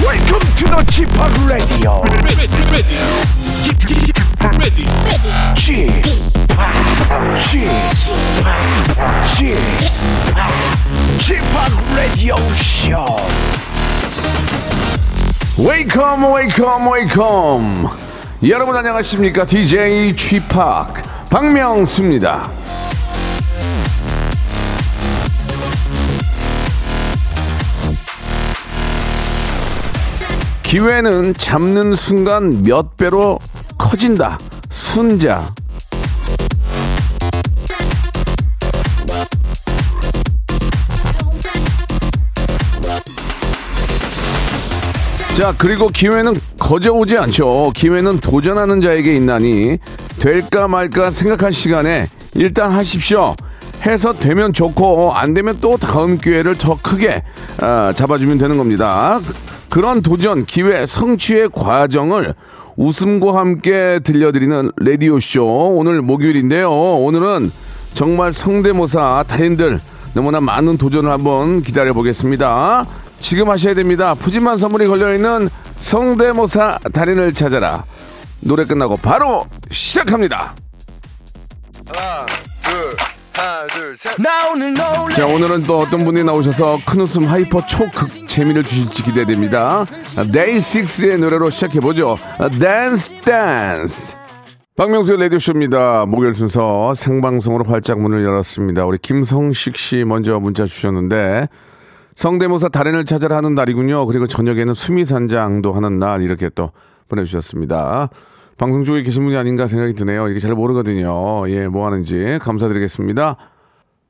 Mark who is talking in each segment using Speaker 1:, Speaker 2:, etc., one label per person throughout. Speaker 1: Welcome to the g p o p Radio.
Speaker 2: ready, ready, ready,
Speaker 1: g p o p g p o p Radio Show. Welcome, welcome, welcome. 여러분 안녕하십니까? DJ g p o p 박명수입니다. 기회는 잡는 순간 몇 배로 커진다. 순자. 자, 그리고 기회는 거저 오지 않죠. 기회는 도전하는 자에게 있나니 될까 말까 생각할 시간에 일단 하십시오. 해서 되면 좋고 안 되면 또 다음 기회를 더 크게 아, 잡아주면 되는 겁니다. 그런 도전, 기회, 성취의 과정을 웃음과 함께 들려드리는 라디오 쇼 오늘 목요일인데요. 오늘은 정말 성대모사 달인들 너무나 많은 도전을 한번 기다려 보겠습니다. 지금 하셔야 됩니다. 푸짐한 선물이 걸려 있는 성대모사 달인을 찾아라. 노래 끝나고 바로 시작합니다.
Speaker 3: 나 오늘 놀래
Speaker 1: 자, 오늘은 또 어떤 분이 나오셔서 큰 웃음 하이퍼 초극 재미를 주실지 기대됩니다. 데이식스의 노래로 시작해보죠. 댄스 댄스. 박명수의 라디오쇼입니다. 목요일 순서 생방송으로 활짝 문을 열었습니다. 우리 김성식 씨 먼저 문자 주셨는데 성대모사 달인을 찾아라 하는 날이군요. 그리고 저녁에는 수미산장도 하는 날 이렇게 또 보내주셨습니다. 방송 쪽에 계신 분이 아닌가 생각이 드네요. 이게 잘 모르거든요. 예, 뭐 하는지 감사드리겠습니다.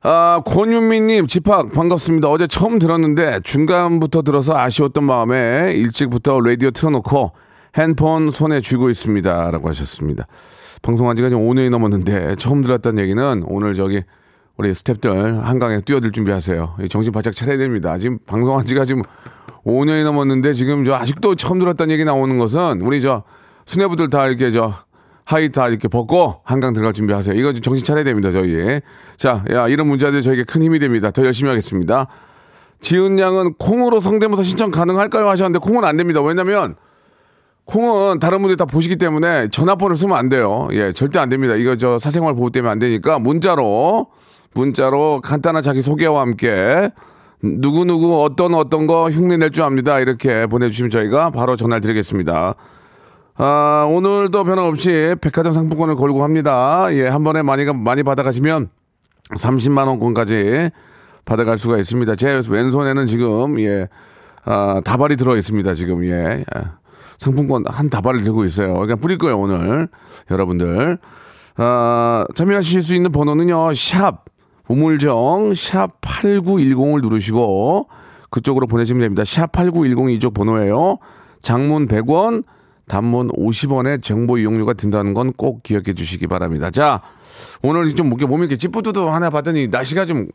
Speaker 1: 아, 권윤미님, 집합 반갑습니다. 어제 처음 들었는데 중간부터 들어서 아쉬웠던 마음에 일찍부터 라디오 틀어놓고 핸폰 손에 쥐고 있습니다. 라고 하셨습니다. 방송한 지가 지금 5년이 넘었는데 처음 들었다는 얘기는 오늘 저기 우리 스탭들 한강에 뛰어들 준비하세요. 이 정신 바짝 차려야 됩니다. 지금 방송한 지가 지금 5년이 넘었는데 지금 저 아직도 처음 들었다는 얘기 나오는 것은 우리 저 수뇌부들 다 이렇게 저 하이 다 이렇게 벗고 한강 들어갈 준비하세요. 이거 좀 정신 차려야 됩니다, 저희. 자, 야, 이런 문제들 저에게 큰 힘이 됩니다. 더 열심히 하겠습니다. 지은 양은 콩으로 성대모사 신청 가능할까요? 하셨는데 콩은 안 됩니다. 왜냐면 콩은 다른 분들이 다 보시기 때문에 전화번호를 쓰면 안 돼요. 예, 절대 안 됩니다. 이거 저 사생활 보호 때문에 안 되니까 문자로 문자로 간단한 자기 소개와 함께 누구 누구 어떤 어떤 거 흉내 낼 줄 압니다. 이렇게 보내주시면 저희가 바로 전화 드리겠습니다. 아, 오늘도 변함없이 백화점 상품권을 걸고 합니다. 예, 한 번에 많이 가- 많이 받아가시면 30만 원권까지 받아갈 수가 있습니다. 제 왼손에는 지금 예 아, 다발이 들어 있습니다. 지금 예 아, 상품권 한 다발을 들고 있어요. 그냥 뿌릴 거예요 오늘 여러분들 아, 참여하실 수 있는 번호는요 샵 우물정 샵 8910을 누르시고 그쪽으로 보내시면 됩니다. 샵 8910 이쪽 번호예요. 장문 100원, 단문 50원의 정보 이용료가 든다는 건 꼭 기억해 주시기 바랍니다. 자, 오늘 좀 이렇게 몸이 이렇게 찌뿌드드 하나 봤더니 날씨가 좀,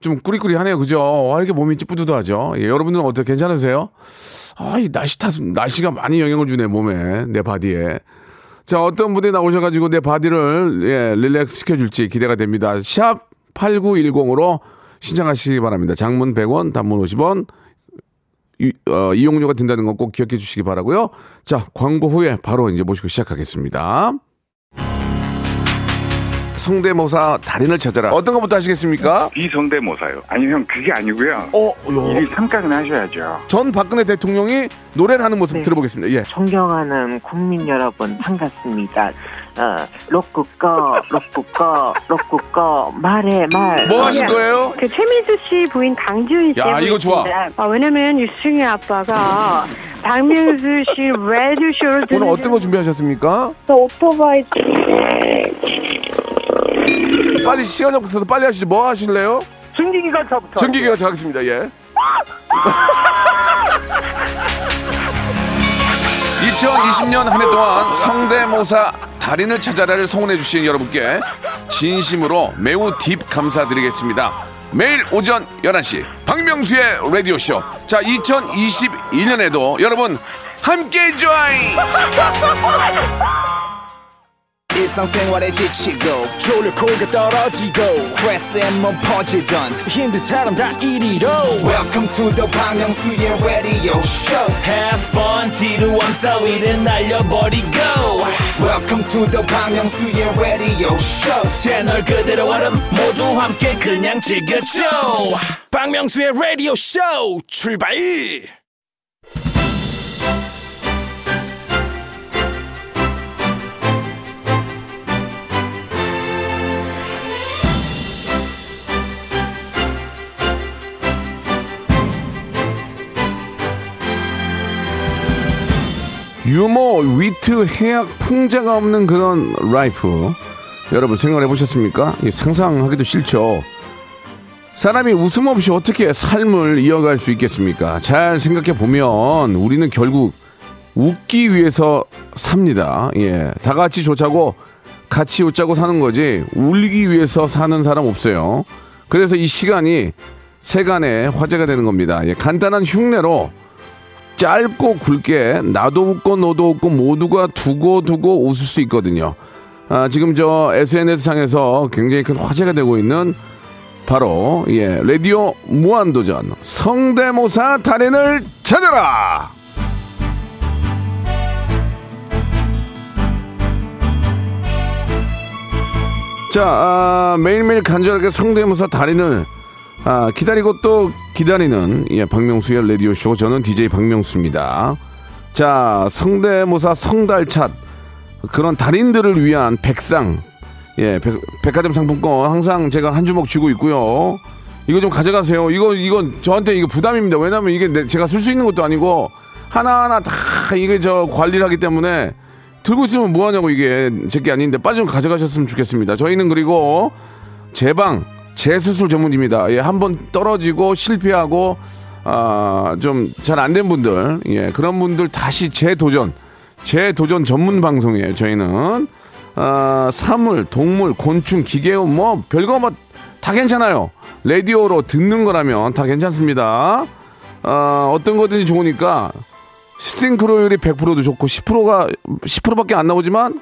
Speaker 1: 좀 꾸리꾸리하네요. 그죠? 와, 이렇게 몸이 찌뿌드드하죠? 예, 여러분들은 어때요? 괜찮으세요? 아, 이 날씨 탓, 날씨가 많이 영향을 주네, 몸에, 내 바디에. 자, 어떤 분이 나오셔가지고 내 바디를, 예, 릴렉스 시켜줄지 기대가 됩니다. 샵 8910으로 신청하시기 바랍니다. 장문 100원, 단문 50원, 이, 어, 이용료가 든다는 건 꼭 기억해 주시기 바라고요. 자, 광고 후에 바로 이제 모시고 시작하겠습니다. 성대모사 달인을 찾아라. 어떤 것부터 하시겠습니까?
Speaker 4: 비성대모사요. 아니 형 그게 아니고요.
Speaker 1: 어, 요.
Speaker 4: 이 삼각은 하셔야죠.
Speaker 1: 전 박근혜 대통령이 노래를 하는 모습 들어보겠습니다. 예.
Speaker 5: 네. 존경하는 국민 여러분 반갑습니다. 어, 로꾸꺼, 로꾸꺼, 로꾸꺼, 말해 말.
Speaker 1: 뭐 하실 거예요?
Speaker 6: 그 최민수 씨 부인 강지훈 씨.
Speaker 1: 야, 이거 좋아.
Speaker 6: 아, 왜냐면 유승희 아빠가 박민수 씨 레드쇼를
Speaker 1: 오늘 어떤 거 준비하셨습니까?
Speaker 6: 오토바이
Speaker 1: 빨리 시간 없어서 빨리 하시죠. 뭐 하실래요? 증기기관차부터. 증기기관차 하겠습니다. 예. 2020년 한 해 동안 성대모사 달인을 찾아라를 성원해 주신 여러분께 진심으로 매우 딥 감사드리겠습니다. 매일 오전 11시 박명수의 라디오쇼. 자, 2021년에도 여러분 함께 join!
Speaker 7: 일상생활에 지치고, 졸려 코가 떨어지고, 스트레스에 몸 퍼지던, 힘든 사람 다 이리로. welcome to the Bang Myung-soo's radio show
Speaker 3: Have
Speaker 8: have fun 지루함 따위를 날려버리고
Speaker 7: welcome to the 방명수의 radio show
Speaker 8: 채널 그대로 얼음 모두 함께 그냥 즐겨줘
Speaker 2: 박명수의 라디오 쇼 출발
Speaker 1: 유머, 위트, 해악, 풍자가 없는 그런 라이프. 여러분 생각해 보셨습니까? 상상하기도 싫죠. 사람이 웃음 없이 어떻게 삶을 이어갈 수 있겠습니까? 잘 생각해 보면 우리는 결국 웃기 위해서 삽니다. 예. 다 같이 좋자고 같이 웃자고 사는 거지 울기 위해서 사는 사람 없어요. 그래서 이 시간이 세간의 화제가 되는 겁니다. 예, 간단한 흉내로 짧고 굵게 나도 웃고 너도 웃고 모두가 두고 두고 웃을 수 있거든요. 아, 지금 저 SNS 상에서 굉장히 큰 화제가 되고 있는 바로 예 라디오 무한도전 성대모사 달인을 찾아라. 자 아, 매일매일 간절하게 성대모사 달인을 아, 기다리고 또 기다리는 예, 박명수의 라디오 쇼 저는 DJ 박명수입니다. 자 성대모사 성달찻 그런 달인들을 위한 백상 예 백, 백화점 상품권 항상 제가 한 주먹 쥐고 있고요. 이거 좀 가져가세요. 이거 이건 저한테 이거 부담입니다. 왜냐면 이게 내- 제가 쓸 수 있는 것도 아니고 하나하나 다 이게 저 관리를 하기 때문에 들고 있으면 뭐 하냐고 이게 제게 아닌데 빨리 좀 가져가셨으면 좋겠습니다. 저희는 그리고 제방 재수술 전문입니다. 예, 한 번 떨어지고 실패하고 아, 좀 잘 안 된 분들, 예, 그런 분들 다시 재도전, 재도전 전문 방송이에요. 저희는 아, 사물, 동물, 곤충, 기계음 뭐 별거 뭐 다 괜찮아요. 라디오로 듣는 거라면 다 괜찮습니다. 아, 어떤 거든지 좋으니까 싱크로율이 100%도 좋고 10%가 10%밖에 안 나오지만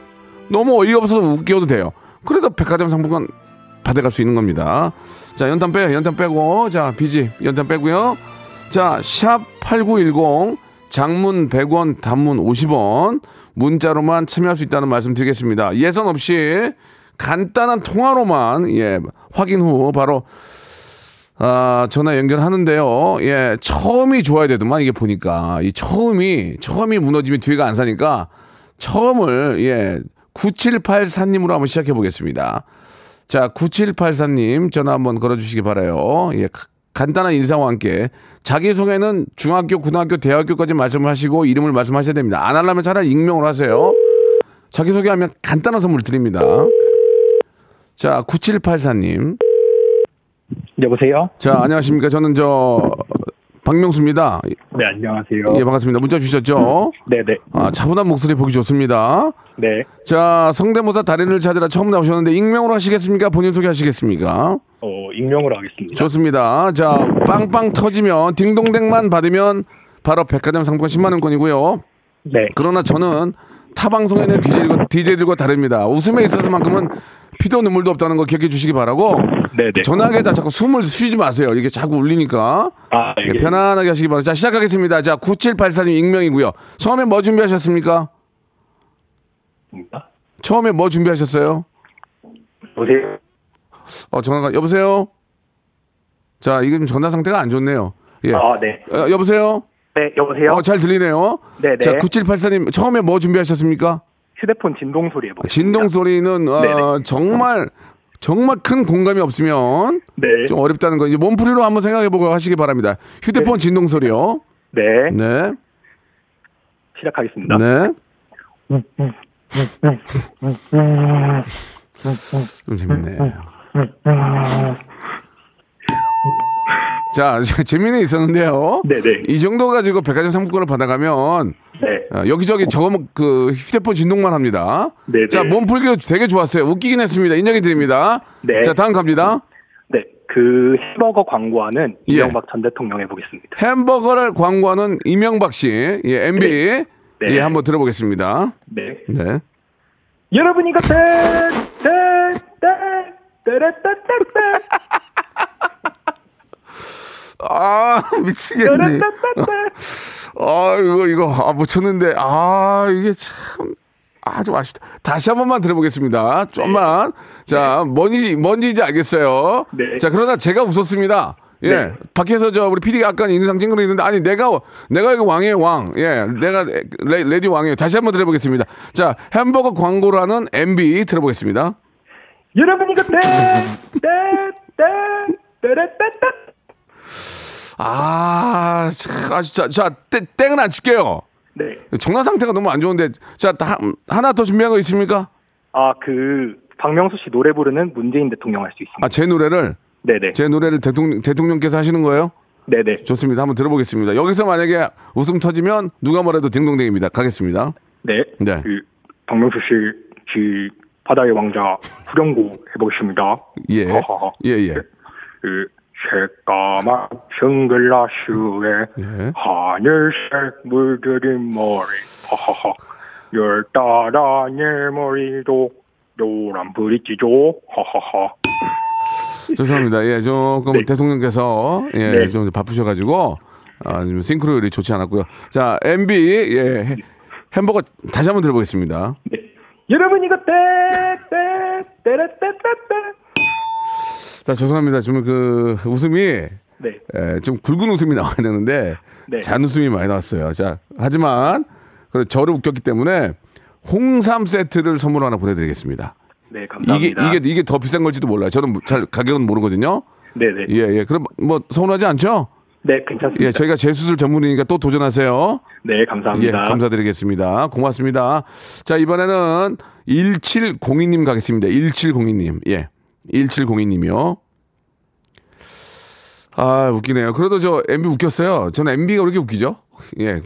Speaker 1: 너무 어이가 없어서 웃겨도 돼요. 그래서 백화점 상품권 받아갈 수 있는 겁니다. 자, 연탄 빼요. 연탄 빼고. 자, 비지. 연탄 빼고요. 자, 샵 8910 장문 100원, 단문 50원 문자로만 참여할 수 있다는 말씀 드리겠습니다. 예선 없이 간단한 통화로만 예, 확인 후 바로 아, 전화 연결하는데요. 예, 처음이 좋아야 되더만 이게 보니까 이 처음이 처음이 무너지면 뒤에가 안 사니까 처음을 예, 9784님으로 한번 시작해 보겠습니다. 자, 9784님 전화 한번 걸어주시기 바라요. 예, 가- 간단한 인사와 함께 자기소개는 중학교, 고등학교, 대학교까지 말씀하시고 이름을 말씀하셔야 됩니다. 안 하려면 차라리 익명으로 하세요. 자기소개하면 간단한 선물 드립니다. 자, 9784님.
Speaker 9: 여보세요?
Speaker 1: 자, 안녕하십니까. 저는 저, 박명수입니다.
Speaker 9: 네, 안녕하세요.
Speaker 1: 예, 반갑습니다. 문자 주셨죠?
Speaker 9: 네네.
Speaker 1: 아, 차분한 목소리 보기 좋습니다.
Speaker 9: 네.
Speaker 1: 자, 성대모사 달인을 찾으라 처음 나오셨는데 익명으로 하시겠습니까? 본인 소개하시겠습니까?
Speaker 9: 어, 익명으로 하겠습니다.
Speaker 1: 좋습니다. 자, 빵빵 터지면 딩동댕만 받으면 바로 백화점 상품권 10만 원권이고요.
Speaker 9: 네.
Speaker 1: 그러나 저는 타 방송에는 DJ들과, DJ들과 다릅니다. 웃음에 있어서만큼은 피도 눈물도 없다는 거 기억해 주시기 바라고
Speaker 9: 네네.
Speaker 1: 전화기에다 자꾸 숨을 쉬지 마세요. 이게 자꾸 울리니까
Speaker 9: 아,
Speaker 1: 예,
Speaker 9: 예.
Speaker 1: 편안하게 하시기 바랍니다. 자, 시작하겠습니다. 자, 9784님 익명이고요. 처음에 뭐 준비하셨습니까?
Speaker 9: 편안합니다.
Speaker 1: 처음에 뭐 준비하셨어요?
Speaker 9: 여보세요?
Speaker 1: 어, 전화가 여보세요. 자, 이게 좀 전화 상태가 안 좋네요. 예.
Speaker 9: 아, 네.
Speaker 1: 어, 여보세요.
Speaker 9: 네, 여보세요?
Speaker 1: 어, 잘 들리네요.
Speaker 9: 네네.
Speaker 1: 자, 9784님 처음에 뭐 준비하셨습니까?
Speaker 9: 휴대폰 진동 소리
Speaker 10: 뭐.
Speaker 9: 해보겠습니다.
Speaker 1: 아, 진동 소리는 어,
Speaker 9: 네. 네네.
Speaker 1: 정말 정말 큰 공감이 없으면
Speaker 9: 네.
Speaker 1: 좀 어렵다는 거 이제 몸풀이로 한번 생각해보고 하시기 바랍니다. 휴대폰 진동 소리요.
Speaker 9: 네.
Speaker 1: 네.
Speaker 9: 시작하겠습니다.
Speaker 1: 네. 좀 재밌네. 자, 재미는 있었는데요.
Speaker 9: 네네.
Speaker 1: 이 정도 가지고 백화점 상품권을 받아가면
Speaker 9: 네.
Speaker 1: 어, 여기저기 저거 뭐그 휴대폰 진동만 합니다.
Speaker 9: 네네.
Speaker 1: 자, 몸풀기도 되게 좋았어요. 웃기긴 했습니다. 인정해 드립니다.
Speaker 9: 네.
Speaker 1: 자, 다음 갑니다.
Speaker 9: 네. 그 햄버거 광고하는
Speaker 1: 예.
Speaker 9: 이명박 전 대통령 해보겠습니다.
Speaker 1: 햄버거를 광고하는 이명박 씨, 예, MB.
Speaker 9: 네.
Speaker 1: 예, 한번 들어보겠습니다.
Speaker 9: 네.
Speaker 1: 네.
Speaker 9: 여러분이 같은 딴딴딴딴딴딴
Speaker 1: 아, 미치겠네. 아, 이거, 이거, 아, 못 쳤는데. 아, 이게 참. 아, 좀 아쉽다. 다시 한 번만 들어보겠습니다. 좀만. 자, 뭔지, 뭔지 이제 알겠어요.
Speaker 9: 네.
Speaker 1: 자, 그러나 제가 웃었습니다. 예.
Speaker 9: 네.
Speaker 1: 밖에서 저, 우리 피디가 아까 인상 찡그리는데, 아니, 내가, 내가 이거 왕이에요, 왕. 예. 내가 레, 레디 왕이에요. 다시 한 번 들어보겠습니다. 자, 햄버거 광고라는 MB 들어보겠습니다.
Speaker 9: 여러분이 곁에 떼떼떼떼떼떼
Speaker 1: 아, 참, 아, 진짜. 자, 땡, 땡은 안 칠게요.
Speaker 9: 네.
Speaker 1: 정란 상태가 너무 안 좋은데 자 다, 음, 하나 더 준비한 거 있습니까?
Speaker 9: 아 그 박명수 씨 노래 부르는 문재인 대통령 할 수 있습니다.
Speaker 1: 아 제 노래를
Speaker 9: 네네.
Speaker 1: 제 노래를 대통령 대통령께서 하시는 거예요?
Speaker 9: 네네.
Speaker 1: 좋습니다. 한번 들어보겠습니다. 여기서 만약에 웃음 터지면 누가 뭐래도 딩동댕입니다. 가겠습니다.
Speaker 9: 네.
Speaker 1: 네.
Speaker 9: 그 박명수 씨그 바다의 왕자 후렴구 해보겠습니다.
Speaker 1: 예.
Speaker 9: 허허허.
Speaker 1: 예, 예.
Speaker 9: 그 새까만 선글라스에
Speaker 1: 예.
Speaker 9: 하늘색 물들인 머리 허허허 열 따라 내 머리도 노란 브릿지죠 허허허
Speaker 1: 죄송합니다. 예, 조금 대통령께서 예,
Speaker 9: 네.
Speaker 1: 좀 바쁘셔 가지고 아, 좀 싱크로율이 좋지 않았고요. 자, MB 예. 해- 햄버거 다시 한번 들어보겠습니다.
Speaker 9: 여러분 이거 떼떼떼떼떼떼떼
Speaker 1: 자, 죄송합니다. 좀 그 웃음이
Speaker 9: 네.
Speaker 1: 예, 좀 굵은 웃음이 나와야 되는데
Speaker 9: 네.
Speaker 1: 잔웃음이 많이 나왔어요. 자, 하지만 그 저를 웃겼기 때문에 홍삼 세트를 선물 하나 보내드리겠습니다.
Speaker 9: 네,
Speaker 1: 이게
Speaker 9: 감사합니다.
Speaker 1: 이게 이게 더 비싼 걸지도 몰라요. 저는 뭐 잘 가격은 모르거든요.
Speaker 9: 네네.
Speaker 1: 예, 예. 그럼 뭐 서운하지 않죠?
Speaker 9: 네, 괜찮습니다.
Speaker 1: 예, 저희가 재수술 전문이니까 또 도전하세요.
Speaker 9: 네,
Speaker 1: 예,
Speaker 9: 감사합니다.
Speaker 1: 감사드리겠습니다. 고맙습니다. 자, 이번에는 1702님 가겠습니다. 1702님. 예. 1702님이요. 아, 웃기네요. 그래도 저 MB 웃겼어요. 저는 MB가 왜 이렇게 웃기죠? 예.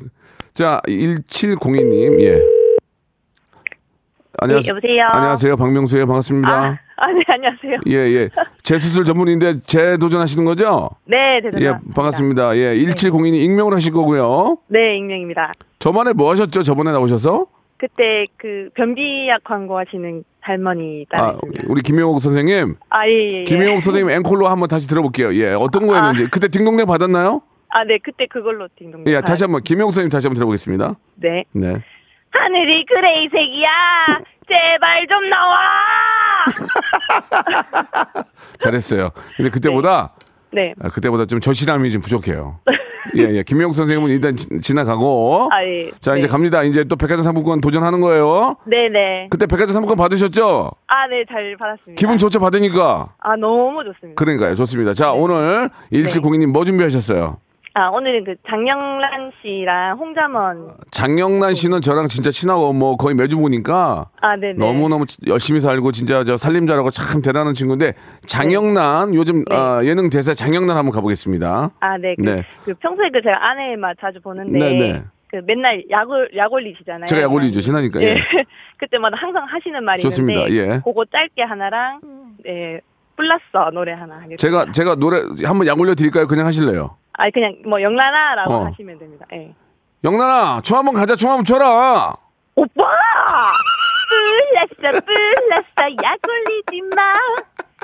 Speaker 1: 자, 1702님. 예. 안녕하세요.
Speaker 6: 네, 여보세요?
Speaker 1: 안녕하세요. 박명수예요. 반갑습니다.
Speaker 6: 아, 네, 안녕하세요.
Speaker 1: 예, 예. 재수술 전문인데 재도전하시는 거죠?
Speaker 6: 네,
Speaker 1: 예, 반갑습니다. 예, 1702님 익명으로 하실 거고요.
Speaker 6: 네, 익명입니다.
Speaker 1: 저번에 뭐 하셨죠? 저번에 나오셔서?
Speaker 6: 그때 그 변비약 광고하시는 할머니
Speaker 1: 아, 우리 김영옥 선생님.
Speaker 6: 아, 예, 아. 예.
Speaker 1: 김영옥 선생님 앵콜로 한번 다시 들어볼게요. 예, 어떤 거였는지. 그때 딩동댕 받았나요?
Speaker 6: 아, 네, 그때 그걸로 딩동.
Speaker 1: 예, 다시 한번 김영옥 선생님 다시 한번 들어보겠습니다.
Speaker 6: 네.
Speaker 1: 네.
Speaker 6: 하늘이 그레이색이야. 제발 좀 나와.
Speaker 1: 잘했어요. 근데 그때보다
Speaker 6: 네.
Speaker 1: 아, 그때보다 좀 절실함이 좀 부족해요. 예, 예. 김영옥 선생님은 일단 지, 지나가고
Speaker 6: 아, 예.
Speaker 1: 어? 자, 이제
Speaker 6: 네.
Speaker 1: 갑니다. 이제 또 백화점 상품권 도전하는 거예요.
Speaker 6: 네, 네.
Speaker 1: 그때 백화점 상품권 받으셨죠?
Speaker 6: 아, 네, 잘 받았습니다.
Speaker 1: 기분 좋죠, 받으니까.
Speaker 6: 아, 너무 좋습니다.
Speaker 1: 그러니까요. 좋습니다. 자,
Speaker 6: 네.
Speaker 1: 오늘 1702님 뭐 준비하셨어요?
Speaker 6: 아, 오늘은 그 장영란 씨랑 홍자먼.
Speaker 1: 장영란 씨는 저랑 진짜 친하고 뭐 거의 매주 보니까
Speaker 6: 네. 아, 네, 네.
Speaker 1: 너무너무 치- 열심히 살고 진짜 저 살림자라고 참 대단한 친구인데
Speaker 6: 네.
Speaker 1: 장영란 요즘 아, 예능 대사 장영란 한번 가보겠습니다.
Speaker 6: 아, 네. 그,
Speaker 1: 네.
Speaker 6: 그 평소에 그 제가 아내의 맛 자주 보는데
Speaker 1: 네, 네.
Speaker 6: 그 맨날 약올 약올리시잖아요.
Speaker 1: 제가 약 올리죠. 친하니까.
Speaker 6: 예.
Speaker 1: 예.
Speaker 6: 그때마다 항상 하시는 말이
Speaker 1: 좋습니다.
Speaker 6: 있는데
Speaker 1: 예.
Speaker 6: 그거 짧게 하나랑 네. 불났어 노래 하나 하겠습니다.
Speaker 1: 제가 제가 노래 한번 약 올려 드릴까요? 그냥 하실래요?
Speaker 6: 아 그냥 뭐 영란아라고
Speaker 1: 어.
Speaker 6: 하시면 됩니다. 예.
Speaker 1: 영란아, 춤 한번 가자. 춤 한번 춰라.
Speaker 6: 오빠! 불났어, 불났어, 약 올리지 마.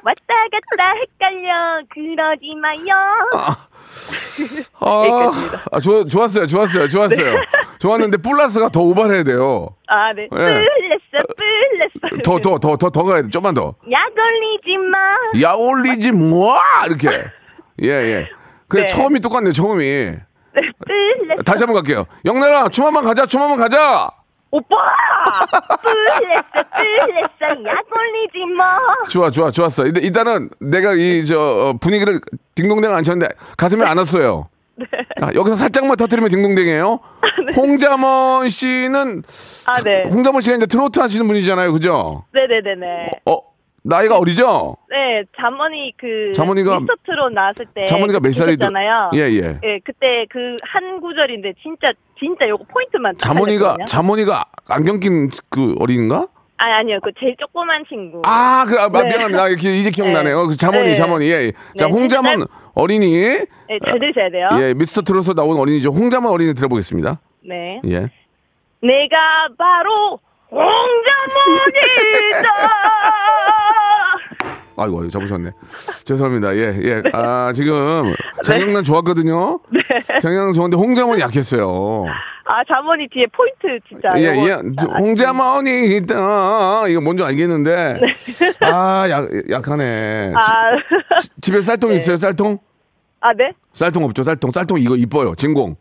Speaker 6: 왔다 갔다 헷갈려, 그러지 마요.
Speaker 1: 아,
Speaker 6: 여기까지입니다. 네.
Speaker 1: 아 좋, 좋았어요. 좋았어요. 좋았어요. 좋았는데 뿔라스가 더 오버해야 돼요.
Speaker 6: 아, 네. 불났어, 불났어.
Speaker 1: 예. 더 더 더 더 더 가야 돼. 좀만 더.
Speaker 6: 약 올리지 마.
Speaker 1: 야 올리지 뭐 이렇게 예예 그래
Speaker 6: 네.
Speaker 1: 처음이 똑같네 처음이
Speaker 6: 불났어,
Speaker 1: 다시 한번 갈게요 영란아 춤 한번 가자 춤 한번 가자
Speaker 6: 오빠! 불났어, 불났어, 약 올리지 마.
Speaker 1: 좋아 좋아 좋았어 일단, 일단은 내가 이 저 어, 분위기를 딩동댕 안 쳤는데 가슴에 안 왔어요 아, 여기서 살짝만 터트리면 딩동댕이에요
Speaker 6: 네.
Speaker 1: 홍자먼 씨는
Speaker 6: 아, 네.
Speaker 1: 홍자먼 씨가 이제 트로트 하시는 분이잖아요 그죠
Speaker 6: 네네네네.
Speaker 1: 어 나이가 어리죠
Speaker 6: 네, 자머니 그.
Speaker 1: 자머니가-
Speaker 6: 미스터트롯 나왔을 때.
Speaker 1: 자머니가 몇 살이 들-
Speaker 6: 잖아요
Speaker 1: 예 예.
Speaker 6: 예, 그때 그 한 구절인데 진짜 진짜 요거 포인트만 딱
Speaker 1: 자모니가
Speaker 6: 알려드리면.
Speaker 1: 자모니가 안경 낀 그 어린인가?
Speaker 6: 아니 아니요 그 제일 조그만 친구
Speaker 1: 아, 그, 아,
Speaker 6: 네.
Speaker 1: 미안합니다. 아, 이제 이제 기억나네. 요
Speaker 6: 네.
Speaker 1: 자모니,
Speaker 6: 네.
Speaker 1: 자모니. 예. 예. 자,
Speaker 6: 네,
Speaker 1: 홍자먼
Speaker 6: 네.
Speaker 1: 어린이.
Speaker 6: 네, 잘 들으셔야 돼요
Speaker 1: 예, 미스터 트롯에서 나온 어린이죠. 홍자먼 어린이 들어보겠습니다.
Speaker 6: 네
Speaker 1: 예.
Speaker 6: 내가 바로 홍자모니다
Speaker 1: 아이고, 아이고, 잡으셨네. 죄송합니다. 예, 예.
Speaker 6: 네.
Speaker 1: 아, 지금 장영란 좋았거든요. 네. 장영란 좋았는데 홍자몬이 약했어요.
Speaker 11: 아 자머니 뒤에 포인트 진짜.
Speaker 1: 예,
Speaker 11: 요거
Speaker 1: 예.
Speaker 11: 진짜 아주-
Speaker 6: 네.
Speaker 1: 홍자몬이 있다. 이거 뭔지 알겠는데. 아, 약, 약하네.
Speaker 11: 아,
Speaker 1: 지- 집에 쌀통
Speaker 6: 네.
Speaker 1: 있어요, 쌀통?
Speaker 11: 아 네?
Speaker 1: 쌀통 없죠, 쌀통. 쌀통 이거 이뻐요, 진공.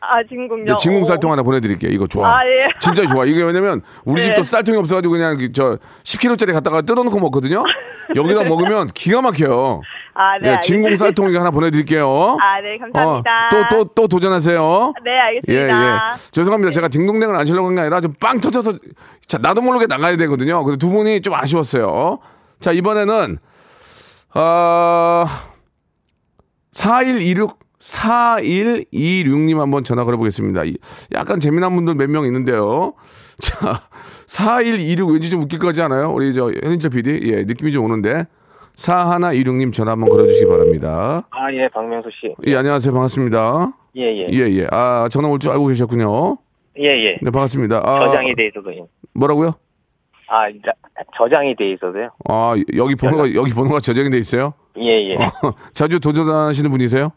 Speaker 11: 아
Speaker 1: 이제
Speaker 11: 진공요.
Speaker 1: 진공
Speaker 11: 어.
Speaker 1: 쌀통 하나 보내드릴게요. 이거 좋아.
Speaker 11: 아, 예.
Speaker 1: 진짜 좋아. 이게 왜냐면 우리
Speaker 11: 네.
Speaker 1: 집도 쌀통이 없어가지고 그냥 그 저 10kg짜리 갖다가 뜯어놓고 먹거든요. 여기다 먹으면 기가 막혀요.
Speaker 11: 아 네.
Speaker 1: 예, 진공
Speaker 11: 알겠습니다.
Speaker 1: 쌀통 이거 하나 보내드릴게요. 어,
Speaker 11: 아, 네, 감사합니다.
Speaker 1: 또 또 또 도전하세요. 예,
Speaker 11: 네, 알겠습니다. 네.
Speaker 1: 죄송합니다. 제가 딩동댕을 안 치려고 한 게 아니라 좀 빵 터져서 자, 나도 모르게 나가야 되거든요. 그래서 두 분이 좀 아쉬웠어요. 자, 이번에는 어, 4126 4126님 한번 전화 걸어보겠습니다. 이- 약간 재미난 분들 몇 명 있는데요. 자, 4126 왠지 좀 웃길 거 같지 않아요? 우리 저 현인철 PD. 예, 느낌이 좀 오는데. 4126님 전화 한번 걸어주시기 바랍니다.
Speaker 12: 아, 예, 박명수 씨.
Speaker 1: 예, 안녕하세요. 반갑습니다.
Speaker 12: 예, 예.
Speaker 1: 예, 예. 아, 전화 올 줄 알고 계셨군요.
Speaker 12: 예, 예.
Speaker 1: 네, 반갑습니다. 아,
Speaker 12: 저장에 대해서도요. 예.
Speaker 1: 뭐라고요?
Speaker 12: 아, 이제 저장에 대해서도요.
Speaker 1: 아, 여기 번호가, 여기 번호가 저장이 돼 있어요?
Speaker 12: 예,
Speaker 1: 어,
Speaker 12: 예.
Speaker 1: 자주 도전하시는 분이세요?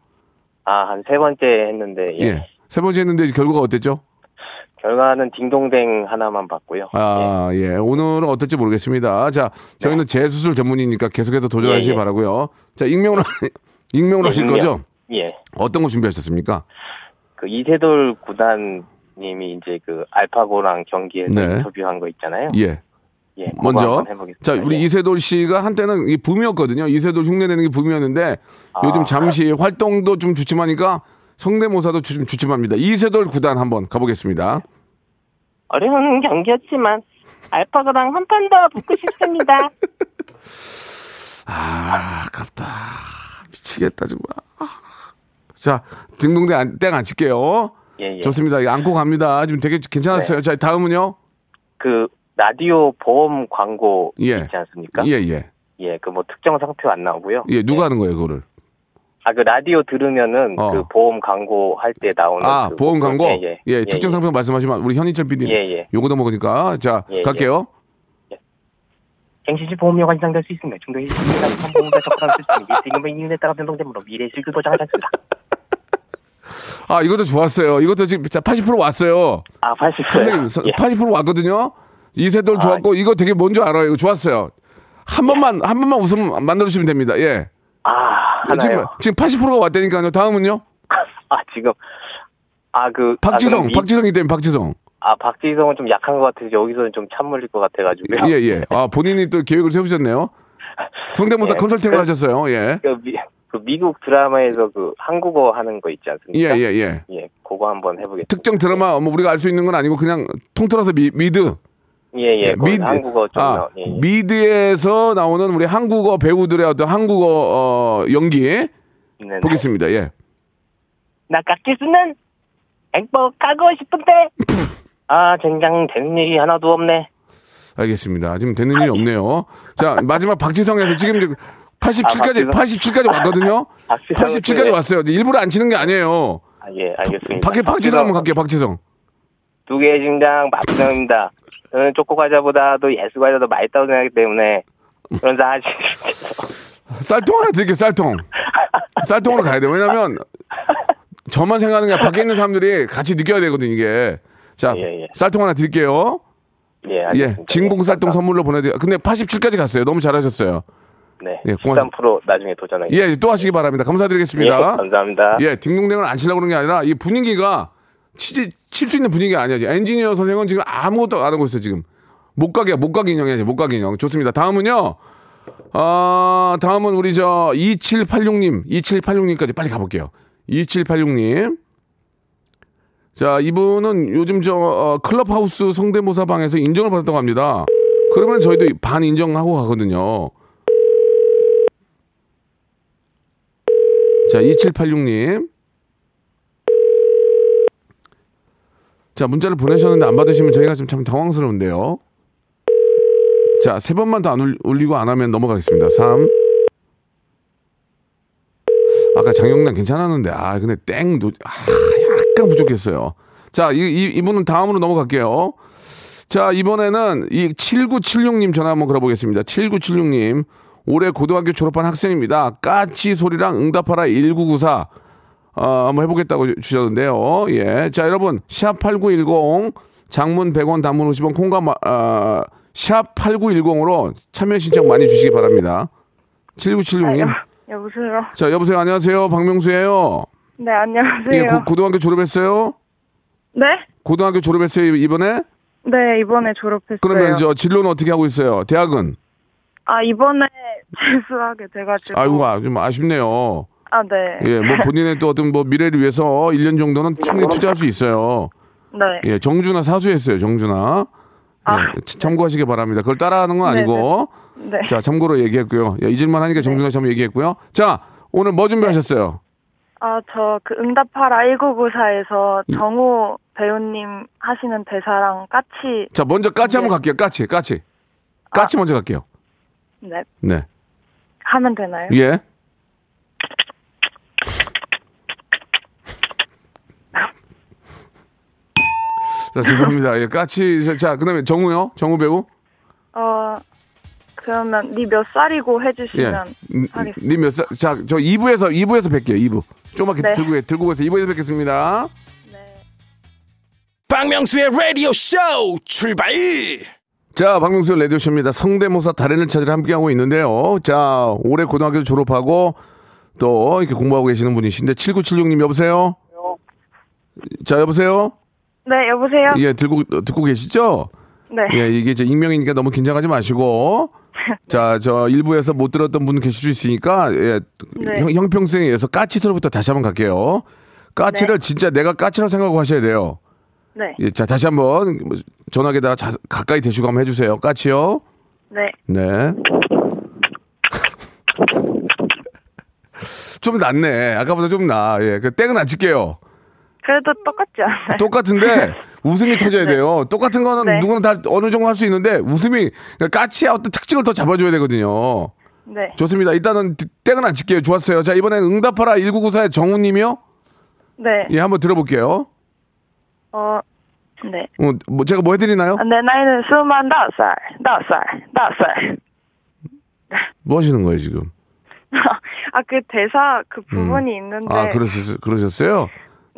Speaker 12: 아, 한 세 번째 했는데, 예.
Speaker 1: 세 번째 했는데 결과가 어땠죠?
Speaker 12: 결과는 딩동댕 하나만 봤고요.
Speaker 1: 아, 예. 오늘은 어떨지 모르겠습니다. 자, 저희는 재수술 전문이니까 계속해서 도전하시기
Speaker 12: 네. 예, 예.
Speaker 1: 바라고요 자, 익명으로, 익명으로 하실
Speaker 12: 익명.
Speaker 1: 거죠?
Speaker 12: 예.
Speaker 1: 어떤 거 준비하셨습니까?
Speaker 12: 그 이세돌 구단님이 이제 그 알파고랑 경기에서
Speaker 1: 네.
Speaker 12: 인터뷰한 거 있잖아요.
Speaker 1: 예.
Speaker 12: 예, 그거
Speaker 1: 먼저
Speaker 12: 한번 해보겠습니다. 예.
Speaker 1: 자 우리 이세돌 씨가 한때는 이 붐이었거든요. 이세돌 흉내내는 게 붐이었는데
Speaker 12: 아,
Speaker 1: 요즘 잠시 활동도 좀 주춤하니까 성대모사도 주- 좀 주춤합니다. 이세돌 구단 한번 가보겠습니다.
Speaker 12: 예.
Speaker 13: 어려운 경기였지만 알파고랑 한 판 더 붙고 싶습니다.
Speaker 1: 아 아깝다 미치겠다 정말. 아. 자 딩동댕 안- 땡안 칠게요.
Speaker 12: 예, 네. 예.
Speaker 1: 좋습니다. 이거 안고 갑니다. 지금 되게 괜찮았어요. 자 다음은요.
Speaker 12: 그 라디오 보험 광고
Speaker 1: 예.
Speaker 12: 있지 않습니까?
Speaker 1: 예 예.
Speaker 12: 예, 그 뭐 특정 상표 안 나오고요.
Speaker 1: 예 누가 하는 거예요 그거를?
Speaker 12: 아, 그 라디오 들으면은
Speaker 1: 어.
Speaker 12: 그 보험 광고 할 때 나오는
Speaker 1: 아
Speaker 12: 그
Speaker 1: 보험 광고.
Speaker 12: 예, 예. 예,
Speaker 1: 특정
Speaker 12: 예.
Speaker 1: 상품 말씀하시면 우리 현인철 PD
Speaker 12: 예, 예.
Speaker 1: 요거도 먹으니까 자
Speaker 12: 예, 예.
Speaker 1: 갈게요.
Speaker 12: 갱신시 보험료가 인상될 수 있습니다. 중도에 있습니다. 보험자 적합한 수준이 리스닝 및 이윤에 따라 변동됨으로 미래의 실질 보장하지 않습니다.
Speaker 1: 아, 이것도 좋았어요. 이것도 지금 자, 80% 왔어요.
Speaker 12: 아, 80%.
Speaker 1: 선생님, 서- 80% 왔거든요.
Speaker 12: 아,
Speaker 1: 이세돌 좋았고,
Speaker 12: 예.
Speaker 1: 이거 되게 뭔지 알아요. 이거 좋았어요. 한 번만, 한 번만 웃음 만들어주시면 됩니다. 예.
Speaker 12: 아, 하나요?
Speaker 1: 지금, 지금 80%가 왔다니까요. 다음은요?
Speaker 12: 아, 지금. 아, 그. 아,
Speaker 1: 박지성,
Speaker 12: 그럼 이-
Speaker 1: 박지성이 때문에 박지성.
Speaker 12: 아, 박지성은 좀 약한 것 같아서 여기서는 좀 참물릴 것 같아가지고요.
Speaker 1: 예, 예. 아, 본인이 또 계획을 세우셨네요. 성대모사
Speaker 12: 네. 예.
Speaker 1: 컨설팅을
Speaker 12: 그-
Speaker 1: 하셨어요. 예.
Speaker 12: 그, 미, 그 미국 드라마에서 그 한국어 하는 거 있지
Speaker 1: 예,
Speaker 12: 않습니까?
Speaker 1: 예, 예.
Speaker 12: 예, 그거 한번 해보겠습니다.
Speaker 1: 특정 드라마, 뭐, 우리가 알 수 있는 건 아니고, 그냥 통틀어서 미, 미드.
Speaker 12: 예, 예. 거기 한국어 좀
Speaker 1: 아,
Speaker 12: 나오, 예, 예.
Speaker 1: 미드에서 나오는 우리 한국어 배우들의 어떤 한국어 어, 연기 보겠습니다. 예.
Speaker 13: 나 깍지수는 행복하고 싶은데
Speaker 12: 아, 젠장 되는 일이 하나도 없네.
Speaker 1: 알겠습니다. 지금 되는 일이 없네요. 자, 마지막 박지성에서 지금 이제 87까지
Speaker 12: 아, 박지성.
Speaker 1: 87까지 왔거든요.
Speaker 12: 박지성.
Speaker 1: 87까지
Speaker 12: 예.
Speaker 1: 왔어요. 이제 일부러 안 치는 게 아니에요.
Speaker 12: 아, 예, 알겠습니다.
Speaker 1: 밖에 박지성 한번 갈게요. 박지성.
Speaker 12: 두 개의 심장 박지성입니다. 저는 초코 과자보다도 예수 과자도 맛있다고 생각하기 때문에 그런 사실
Speaker 1: 쌀통 하나 드릴게요. 쌀통. 쌀통으로 가야 돼요. 왜냐면 저만 생각하는 게 아니라 밖에 있는 사람들이 같이 느껴야 되거든요, 이게. 자, 쌀통 하나 드릴게요.
Speaker 12: 예,
Speaker 1: 예,
Speaker 12: 알겠습니다.
Speaker 1: 진공 쌀통 선물로 보내드려. 근데 87까지 갔어요. 너무 잘하셨어요.
Speaker 12: 네,
Speaker 1: 예, 고맙습니다.
Speaker 12: 13% 나중에 도전하겠습니다.
Speaker 1: 예, 또 하시기 바랍니다. 감사드리겠습니다.
Speaker 12: 예, 감사합니다.
Speaker 1: 예, 딩동댕을 안 치려고 그런 게 아니라 이 분위기가 치지 칠 수 있는 분위기가 아니야. 지금 엔지니어 선생은 지금 아무것도 안 하고 있어 요 지금 못 가게 못 가게 인형이야. 못 가게 인형. 좋습니다. 다음은요. 아, 다음은 우리 저 2786님, 2786님까지 빨리 가볼게요. 2786님. 자, 이분은 요즘 저 어, 클럽하우스 성대모사 방에서 인정을 받았다고 합니다. 그러면 저희도 반 인정하고 가거든요. 자, 2786님. 자, 문자를 보내셨는데 안 받으시면 저희가 지금 참 당황스러운데요. 자, 세 번만 더 안 울리고 안 하면 넘어가겠습니다. 3. 아까 장영란 괜찮았는데, 아, 근데 땡, 노, 아, 약간 부족했어요. 자, 이, 이, 이분은 다음으로 넘어갈게요. 자, 이번에는 이 7976님 전화 한번 걸어보겠습니다. 7976님. 올해 고등학교 졸업한 학생입니다. 까치 소리랑 응답하라 1994. 어, 한번 해보겠다고 주- 주셨는데요. 예. 자, 여러분. 샵8910. 장문 100원, 단문 50원, 콩과, 마, 아, 샵8910으로 참여 신청 많이 주시기 바랍니다. 7976님.
Speaker 14: 여보세요.
Speaker 1: 자, 여보세요. 안녕하세요. 박명수예요
Speaker 14: 네 안녕하세요.
Speaker 1: 예, 고, 고등학교 졸업했어요?
Speaker 14: 네?
Speaker 1: 고등학교 졸업했어요, 이번에?
Speaker 14: 네 이번에 졸업했어요.
Speaker 1: 그러면 저 진로는 어떻게 하고 있어요? 대학은?
Speaker 14: 아 이번에 재수하게 돼가지고.
Speaker 1: 아이고, 아, 좀 아쉽네요.
Speaker 14: 아 네.
Speaker 1: 예, 뭐 본인의 또 어떤 뭐 미래를 위해서 1년 정도는 충분히 투자할 수 있어요.
Speaker 14: 네. 아.
Speaker 1: 예, 정준하 사수했어요, 정준하. 예, 참- 참고하시기 바랍니다. 그걸 따라하는 건 아니고.
Speaker 14: 네.
Speaker 1: 자, 참고로 얘기했고요. 예, 잊을만 하니까 정준하 씨 한번 얘기했고요. 자, 오늘 뭐 준비하셨어요?
Speaker 14: 네. 아저 그 응답하라 1994에서
Speaker 1: 음.
Speaker 14: 정우 배우님 하시는 대사랑 까치.
Speaker 1: 자, 먼저 까치 한번 갈게요. 까치, 까치.
Speaker 14: 아.
Speaker 1: 까치 먼저 갈게요.
Speaker 14: 네.
Speaker 1: 네.
Speaker 14: 하면 되나요?
Speaker 1: 예. 자, 죄송합니다. 예, 까치. 자, 자, 그다음에 정우요. 정우 배우.
Speaker 14: 어 그러면 니 몇 살이고
Speaker 1: 예.
Speaker 14: 해주시면 네, 하겠습니다.
Speaker 1: 님 몇 살? 자, 저 2부에서 2부에서 뵐게요. 2부. 조금만
Speaker 14: 네.
Speaker 1: 들고 들고 가서 2부에서 뵙겠습니다.
Speaker 2: 박명수의 라디오 쇼 출발!
Speaker 1: 자, 박명수 레디오쇼입니다. 성대모사 달인을 찾으러 함께하고 있는데요. 자, 올해 고등학교 졸업하고 또 이렇게 공부하고 계시는 분이신데 7976님 여보세요? 자, 여보세요?
Speaker 14: 네 여보세요.
Speaker 1: 예, 들고 듣고 계시죠?
Speaker 14: 네.
Speaker 1: 예, 이게 이제 익명이니까 너무 긴장하지 마시고. 자, 저 일부에서 못 들었던 분 계실 수 있으니까 예,
Speaker 14: 네.
Speaker 1: 형, 형평성에 의해서 까치서부터 다시 한번 갈게요. 까치를 진짜 내가 까치라고 생각하고 하셔야 돼요.
Speaker 14: 네.
Speaker 1: 예, 자, 다시 한번 전화기에다가 자- 가까이 대시고 한번 해주세요. 까치요.
Speaker 14: 네.
Speaker 1: 네. 좀 낫네. 아까보다 좀 나. 예, 그 땡은 안 칠게요.
Speaker 14: 그래도 똑같지 않아요?
Speaker 1: 똑같은데 웃음이 터져야 돼요. 똑같은 거는
Speaker 14: 네.
Speaker 1: 누구나 다 어느 정도 할 수 있는데 웃음이 그러니까 까치의 어떤 특징을 더 잡아줘야 되거든요.
Speaker 14: 네.
Speaker 1: 좋습니다. 일단은 디- 땡은 안 칠게요. 좋았어요. 자 이번엔 응답하라 1994의 정우님이요.
Speaker 14: 네.
Speaker 1: 예, 한번 들어볼게요.
Speaker 14: 어, 네.
Speaker 1: 어, 뭐 제가 뭐 해드리나요?
Speaker 14: 아, 내 나이는 스물한 다섯 살, 다섯 살, 다섯 살.
Speaker 1: 뭐 하시는 거예요 지금?
Speaker 14: 아, 그 대사 그 부분이 있는데.
Speaker 1: 아 그러셨 그러셨어요?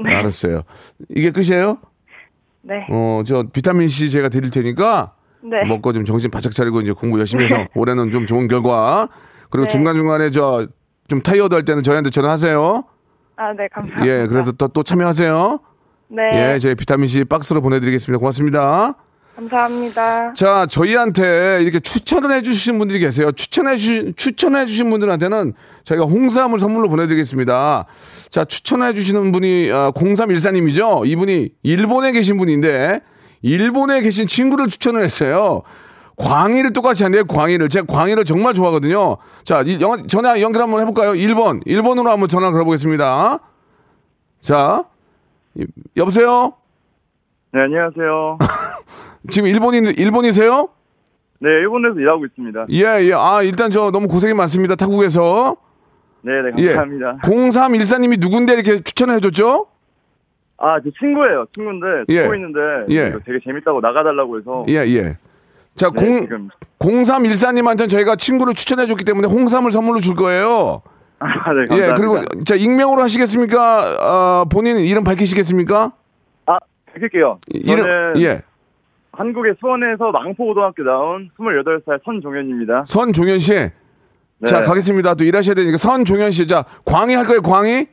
Speaker 14: 네.
Speaker 1: 알았어요. 이게 끝이에요?
Speaker 14: 네.
Speaker 1: 어 저 비타민 C 제가 드릴 테니까
Speaker 14: 네.
Speaker 1: 먹고 좀 정신 바짝 차리고 이제 공부 열심히 해서
Speaker 14: 네.
Speaker 1: 올해는 좀 좋은 결과 그리고
Speaker 14: 네.
Speaker 1: 중간 중간에 저 좀 타이어드 할 때는 저희한테 전화하세요.
Speaker 14: 아, 네, 감사합니다.
Speaker 1: 예, 그래서 또, 또 참여하세요.
Speaker 14: 네.
Speaker 1: 예, 저희 비타민 C 박스로 보내드리겠습니다. 고맙습니다.
Speaker 14: 감사합니다.
Speaker 1: 자, 저희한테 이렇게 추천을 해주신 분들이 계세요. 추천해주신, 추천해주신 분들한테는 저희가 홍삼을 선물로 보내드리겠습니다. 자, 추천해주시는 분이, 아, 0314님이죠? 이분이 일본에 계신 분인데, 일본에 계신 친구를 추천을 했어요. 광희를 똑같이 한대요, 광희를. 제가 광희를 정말 좋아하거든요. 자, 이 영- 전화 연결 한번 해볼까요? 1번. 1번으로 한번 전화 걸어보겠습니다. 자, 이- 여보세요?
Speaker 10: 네, 안녕하세요.
Speaker 1: 지금 일본인, 일본이세요?
Speaker 10: 네, 일본에서 일하고 있습니다.
Speaker 1: 예, 예. 아, 일단 저 너무 고생이 많습니다. 타국에서.
Speaker 10: 네, 네,
Speaker 1: 예.
Speaker 10: 감사합니다.
Speaker 1: 0314님이 누군데 이렇게 추천을 해줬죠?
Speaker 10: 아, 제 친구예요. 친구인데,
Speaker 1: 예.
Speaker 10: 듣고 있는데,
Speaker 1: 예.
Speaker 10: 이거 되게 재밌다고 나가달라고 해서.
Speaker 1: 예, 예. 자,
Speaker 10: 어. 네,
Speaker 1: 공,
Speaker 10: 지금.
Speaker 1: 0314님한테는 저희가 친구를 추천해줬기 때문에 홍삼을 선물로 줄 거예요.
Speaker 10: 아, 네, 감사합니다.
Speaker 1: 예, 그리고 자, 익명으로 하시겠습니까? 아, 본인 이름 밝히시겠습니까?
Speaker 10: 아, 밝힐게요. 저는
Speaker 1: 예.
Speaker 10: 한국의 수원에서 망포고등학교 나온 28살 선종현입니다.
Speaker 1: 선종현 씨.
Speaker 10: 네.
Speaker 1: 자, 가겠습니다. 또 일하셔야 되니까. 선종현 씨. 자, 광희 할 거예요, 광희?